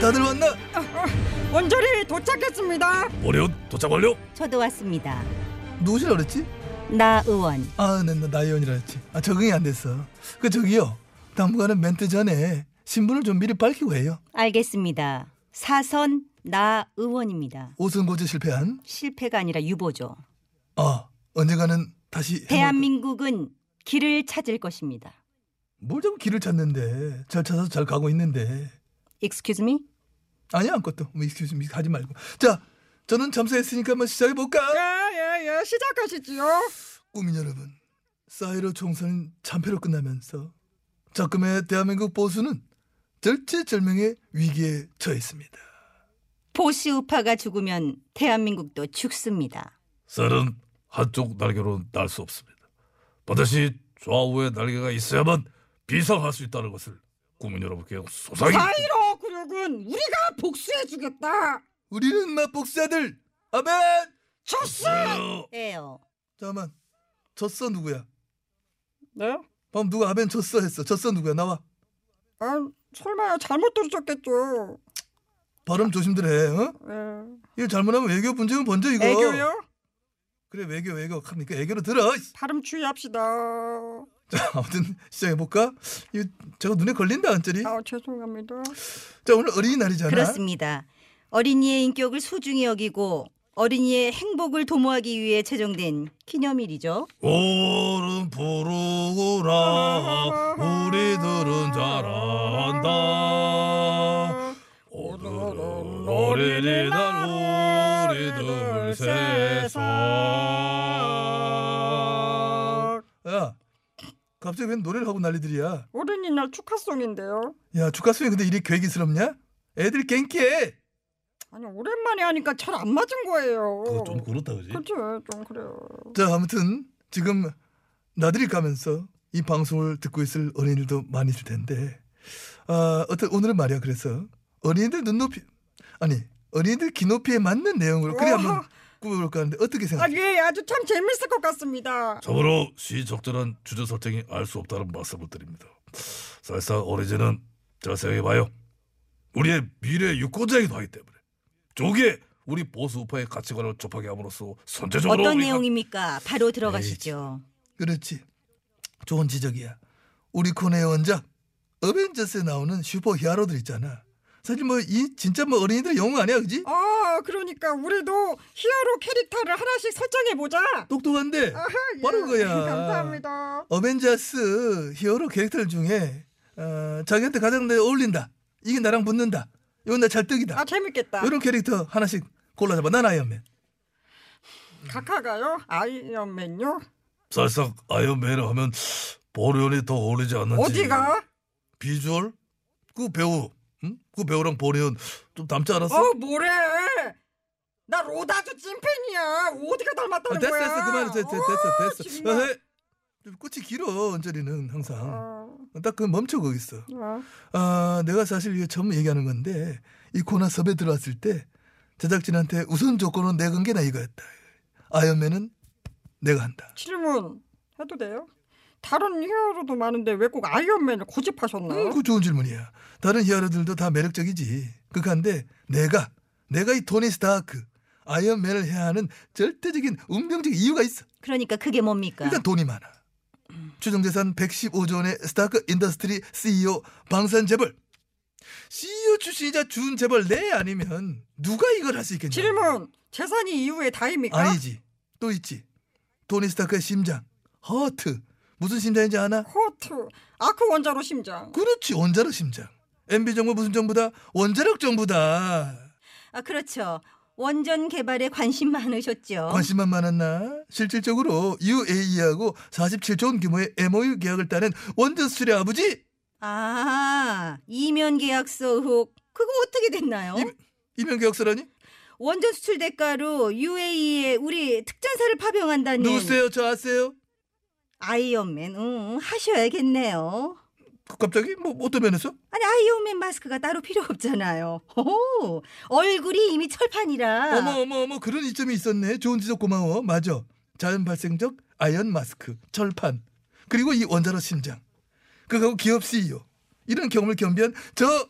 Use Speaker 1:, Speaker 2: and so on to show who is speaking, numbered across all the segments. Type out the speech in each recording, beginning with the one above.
Speaker 1: 다들 왔나?
Speaker 2: 원조리 도착했습니다.
Speaker 3: 오려 도착 완료.
Speaker 2: 저도 왔습니다.
Speaker 1: 누구시라 그랬지?
Speaker 2: 나 의원
Speaker 1: 아, 나, 나, 나 의원이라 했지. 아, 적응이 안 됐어. 그, 저기요. 당분간은 멘트 전에 신분을 좀 미리 밝히고 해요.
Speaker 2: 알겠습니다. 사선 나 의원입니다.
Speaker 1: 오선 고지 실패한.
Speaker 2: 실패가 아니라 유보죠.
Speaker 1: 아, 언젠가는 다시.
Speaker 2: 대한민국은 길을 찾을 것입니다.
Speaker 1: 뭘좀 길을 찾는데. 잘 찾아서 잘 가고 있는데.
Speaker 2: Excuse me?
Speaker 1: 아니야, 아무것도. 뭐, 익스큐즈 미 하지 말고. 자, 저는 잠수했으니까 한번 시작해볼까?
Speaker 2: 예예예 시작하시지요.
Speaker 1: 꾸민 여러분. 사이로 총선 참패로 끝나면서 적금의 대한민국 보수는 절체절명의 위기에 처했습니다.
Speaker 2: 보수 우파가 죽으면 대한민국도 죽습니다.
Speaker 3: 쌀은 한쪽 날개로 날 수 없습니다. 반드시 좌우에 날개가 있어야만 비상할 수 있다는 것을 국민 여러분께 소상히
Speaker 4: 사이로 구육은 우리가 복수해주겠다.
Speaker 1: 우리는 마복사들 아멘
Speaker 4: 쳤어.
Speaker 2: 에요.
Speaker 1: 잠깐만 졌어 누구야
Speaker 4: 네?
Speaker 1: 방금 누가 아멘 졌어 했어 졌어 누구야 나와
Speaker 4: 아, 설마 잘못 들으셨겠죠.
Speaker 1: 발음 조심들 해 어?
Speaker 4: 예.
Speaker 1: 이거 잘못하면 외교 분쟁은 번져 이거
Speaker 4: 애교요?
Speaker 1: 그래 외교 외교 그러니까 애교로 들어 이씨.
Speaker 4: 발음 주의합시다. 아,
Speaker 1: 자 아무튼 시작해볼까 이거 제가 눈에 걸린다 한절이
Speaker 4: 아, 죄송합니다.
Speaker 1: 자 오늘 어린이날이잖아
Speaker 2: 아. 그렇습니다. 어린이의 인격을 소중히 여기고 어린이의 행복을 도모하기 위해 제정된 기념일이죠.
Speaker 3: 오른 부르구나 우리들은
Speaker 1: 아.
Speaker 4: 어,
Speaker 3: 잘한다 오늘은 어린이날 우리들 세상
Speaker 1: 야 갑자기 웬 노래를 하고 난리들이야
Speaker 4: 어린이날 축하송인데요.
Speaker 1: 야 주가수에 근데 이리 괴기스럽냐 애들 깽기해
Speaker 4: 아니 오랜만에 하니까 잘 안 맞은 거예요.
Speaker 3: 그거 좀 그렇다 그지?
Speaker 4: 그치? 좀 그래요.
Speaker 1: 자 아무튼 지금 나들이 가면서 이 방송을 듣고 있을 어린이들도 많이 있을 텐데 아 어떤 오늘은 말이야 그래서 어린이들 눈높이 아니 어린이들 귀높이에 맞는 내용으로 그래
Speaker 4: 어허.
Speaker 1: 한번 꾸며볼까 하는데 어떻게
Speaker 4: 아,
Speaker 1: 생각해?
Speaker 4: 예, 아주 참 재밌을 것 같습니다.
Speaker 3: 참으로 시적절한 주제 설정이 알 수 없다는 말씀을 드립니다. 사실상 어린이는 잘 생각해봐요. 우리의 미래 유권자이기도 하기 때문에 조기에 우리 보수 우파의 가치관을 접하게 함으로써 선제적으로
Speaker 2: 어떤
Speaker 3: 우리가-
Speaker 2: 내용입니까? 바로 들어가시죠.
Speaker 1: 그렇지 좋은 지적이야 우리 코너의 원작 어벤져스에 나오는 슈퍼히어로들 있잖아 사실 뭐 이 진짜 뭐 어린이들 영웅 아니야 그지?
Speaker 4: 아, 그러니까 우리도 히어로 캐릭터를 하나씩 설정해 보자. 예.
Speaker 1: 똑똑한데
Speaker 2: 아.
Speaker 1: 바로 그거야.
Speaker 4: 감사합니다.
Speaker 1: 어벤져스 히어로 캐릭터 중에 어, 자기한테 가장 내 어울린다. 이게 나랑 붙는다. 이건 나 잘뜨기다.
Speaker 4: 아 재밌겠다.
Speaker 1: 이런 캐릭터 하나씩 골라잡아. 난 아이언맨.
Speaker 4: 카카가요? 아이언맨요?
Speaker 3: 사실상 아이언맨을 하면 보리온이 더 어울리지 않는지
Speaker 1: 아,
Speaker 4: 어디가?
Speaker 3: 비주얼? 그 배우 응? 그 배우랑 보리온 좀 닮지 않았어?
Speaker 4: 어 뭐래? 나 로다주 찐팬이야. 어디가
Speaker 1: 아,
Speaker 4: 닮았다는
Speaker 1: 됐어
Speaker 4: 거야?
Speaker 1: 됐어 그만 됐어
Speaker 4: 어,
Speaker 1: 됐어 됐어.
Speaker 4: 정말.
Speaker 1: 에헤. 좀 끝이 길어 언저리는 항상.
Speaker 4: 어,
Speaker 1: 딱 그 멈춰 거기 있어.
Speaker 4: 어.
Speaker 1: 아 내가 사실 이거 처음 얘기하는 건데 이 코너 섭외 들어왔을 때 제작진한테 우선 조건은 내건 게 나 이거였다. 아이언맨은 내가 한다.
Speaker 4: 질문 해도 돼요? 다른 히어로도 많은데 왜 꼭 아이언맨을 고집하셨나요?
Speaker 1: 음, 그 좋은 질문이야. 다른 히어로들도 다 매력적이지. 그한데 내가 내가 이 토니 스타크 아이언맨을 해야 하는 절대적인 운명적 이유가 있어.
Speaker 2: 그러니까 그게
Speaker 4: 네.
Speaker 2: 뭡니까?
Speaker 1: 일단 돈이 많아. 추정 재산 115조 원의 스타크 인더스트리 CEO 방산 재벌. CEO 출신이자 준 재벌 내 아니면 누가 이걸 할 수 있겠냐?
Speaker 4: 질문 재산이 이후에 다입니까?
Speaker 1: 아니지. 또 있지. 토니 스타크의 심장, 허트. 무슨 심장인지 아나?
Speaker 4: 코트 아크 원자로 심장.
Speaker 1: 그렇지 원자력 심장. MB 정부 무슨 정부다? 원자력 정부다.
Speaker 2: 아 그렇죠. 원전 개발에 관심 많으셨죠?
Speaker 4: 어?
Speaker 1: 관심만 많았나? 실질적으로 UAE하고 47조 원 규모의 MOU 계약을 따낸 원전 수출의 아버지
Speaker 2: 아, 이면 계약서 의혹 그거 어떻게 됐나요?
Speaker 1: 이명 계약서라니?
Speaker 4: 네.
Speaker 2: 원전 수출 대가로 UAE에 우리 특전사를 파병한다니
Speaker 1: 누구세요? 저 아세요?
Speaker 2: 아이언맨 응, 하셔야겠네요.
Speaker 1: 그- 갑자기 뭐 어떤 면에서?
Speaker 2: 아니 아이언맨 마스크가 따로 필요 없잖아요. 오, 얼굴이 이미
Speaker 4: 아.
Speaker 2: 철판이라.
Speaker 1: 어머 어머 어머 그런 이점이 있었네. 좋은 지적 고마워. 맞아. 자연 발생적 아연 마스크 철판 그리고 이 원자로 심장 그거하고 기업 CEO 이런 경험을 겸비한 저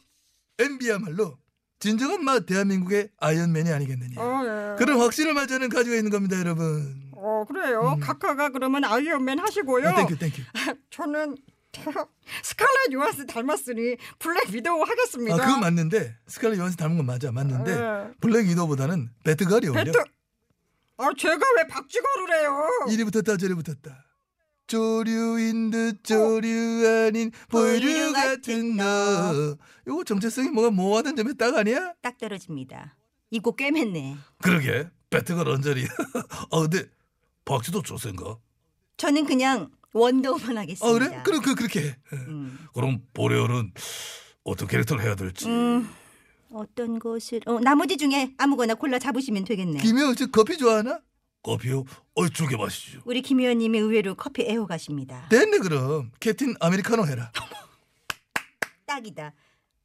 Speaker 1: MB야말로 진정한 마 대한민국의 아이언맨이 아니겠느냐.
Speaker 4: 어, 예.
Speaker 1: 그런 확신을 마저는 가지고 있는 겁니다, 여러분.
Speaker 4: 어, 그래요. 카카가 그러면 아이언맨 하시고요.
Speaker 1: 음. 아, 땡큐, 땡큐.
Speaker 4: 저는 스칼렛 요한스 닮았으니 블랙 위도우 하겠습니다.
Speaker 1: 아, 그거 맞는데 스칼렛 요한슨 닮은 건 맞아, 맞는데
Speaker 4: 예.
Speaker 1: 블랙 위도보다는 배트걸이 어려.
Speaker 4: 배트. 아, 제가 왜 박쥐거를 해요?
Speaker 1: 이리 붙었다 저리 붙었다. 조류인 듯 조류 아닌 보류
Speaker 2: 보류
Speaker 1: 같은 너. 요거 정체성이 뭐가 모호하던 점에 딱 아니야?
Speaker 2: 딱 떨어집니다. 이거 꿰맸네.
Speaker 3: 그러게 배트가 런저리. 아
Speaker 1: 어,
Speaker 3: 근데 박쥐도 조센가?
Speaker 2: 저는 그냥 원더우먼 하겠습니다.
Speaker 1: 어 그래? 그럼 그 그렇게 해.
Speaker 2: 음,
Speaker 3: 그럼 보레얼은 어떤 캐릭터를 해야 될지.
Speaker 2: 음, 어떤 것을? 어, 나머지 중에 아무거나 골라 잡으시면 되겠네.
Speaker 1: 김혜원 씨 커피 좋아하나?
Speaker 3: 커피요? 어이 두개 마시죠.
Speaker 2: 우리 김 의원님이 의외로 커피 애호가십니다.
Speaker 1: 됐네 그럼 캐틴 아메리카노 해라.
Speaker 2: 딱이다.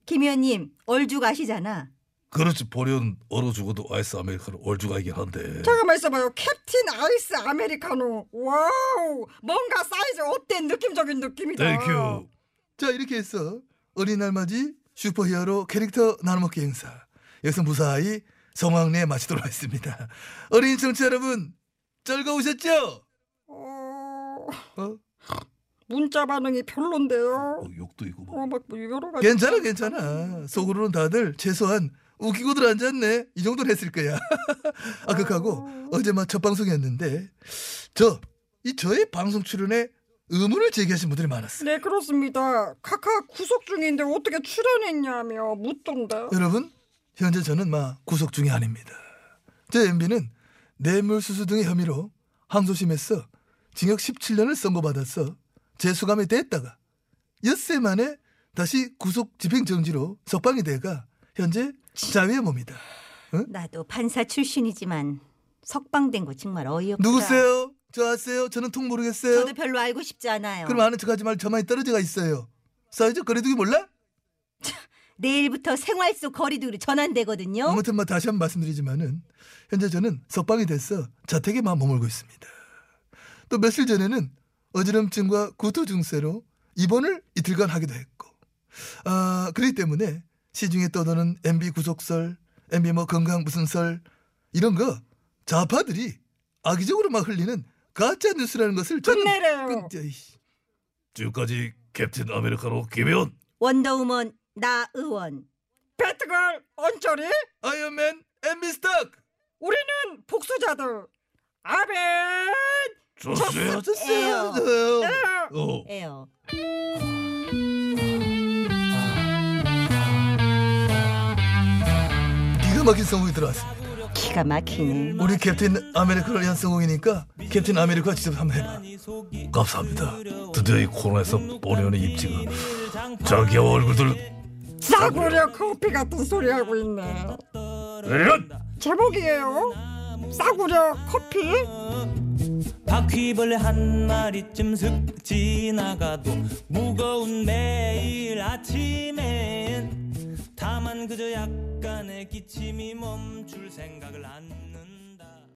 Speaker 2: 김 의원님 얼죽 아시잖아.
Speaker 3: 그렇지 보레얼은 얼어 죽어도 아이스 아메리카노 얼죽아이긴 한데.
Speaker 4: 잠깐만 있어봐요. 캡틴 아이스 아메리카노. 와우. 뭔가 사이즈 업된 느낌적인 느낌이다.
Speaker 3: 땡큐.
Speaker 1: 아. 자 이렇게 해서 어린이날 맞이 슈퍼히어로 캐릭터 나눠먹기 행사 여기서 무사히 성황리에 마치도록 하겠습니다 어린이 청취자 여러분 즐거우셨죠?
Speaker 4: 어,
Speaker 1: 어?
Speaker 4: 문자 반응이
Speaker 3: 어,
Speaker 4: 별론데요.
Speaker 3: 욕도 있고 막.
Speaker 4: 어, 막 여러 가지.
Speaker 1: 뭐. 괜찮아 괜찮아 속으로는 다들 최소한 웃기고들 앉았네 이 정도는 했을 거야 아 그하고 어제 막 첫 방송이었는데 저 이 저의 방송 출연에 의문을 제기하신 분들이 많았어요
Speaker 4: 네 그렇습니다. 카카 구속 중인데 어떻게 출연했냐며 묻던데.
Speaker 1: 여러분 현재 저는 막 구속 중이 아닙니다. 제 MB는 뇌물수수 등의 혐의로 항소심에서 징역 17년을 선고받았어 재수감이 됐다가 엿새 만에 다시 구속 집행정지로 석방이 돼가 현재 자유의 몸이다.
Speaker 2: 나도 판사 출신이지만 석방된 거 정말 어이없다.
Speaker 1: 누구세요? 저 아세요? 저는 통 모르겠어요.
Speaker 2: 저도 별로 알고 싶지 않아요.
Speaker 1: 그럼 아는 척하지 말고 저만이 떨어져가 있어요. 사회적 거리두기 몰라?
Speaker 2: 내일부터 생활 속 거리두기로
Speaker 4: 어?
Speaker 2: 전환되거든요.
Speaker 1: 아무튼 뭐 다시 한번 말씀드리지만은 현재 저는 석방이 돼서 자택에만 머물고 있습니다. 또 며칠 전에는 어지럼증과 구토 증세로 입원을 이틀간 하기도 했고, 아 그렇기 때문에 시중에 떠도는 MB 구속설, MB 뭐 건강 무슨 설 이런 거 좌파들이 악의적으로 막 흘리는 가짜 뉴스라는 것을 저는
Speaker 4: 끝내래요.
Speaker 1: 끝- 에이씨.
Speaker 3: 지금까지 캡틴 아메리카노 김혜원.
Speaker 2: 원더우먼 나 의원.
Speaker 4: 배트걸 언저리.
Speaker 1: 아이언맨 MB 스탁
Speaker 4: 우리는 복수자들. 아벤.
Speaker 3: 조세요.
Speaker 1: 어쩌세요?
Speaker 3: 어.
Speaker 2: 에요.
Speaker 1: 기가 막힌 성공이 들어왔습니다.
Speaker 2: 기가 막히네.
Speaker 1: 우리 캡틴 아메리카를 위한 성공이니까 캡틴 아메리카 직접 한번 해봐.
Speaker 3: 감사합니다. 드디어 이 코너에서 보레얼의 입지가 자기야 얼굴들
Speaker 4: 싸구려 커피 같은 소리 하고 있네.
Speaker 3: 이런.
Speaker 4: 제목이에요. 싸구려 커피.
Speaker 5: 바퀴벌레 한 마리쯤 슥 지나가도 무거운 매일 아침엔 다만 그저 약간의 기침이 멈출 생각을 안는다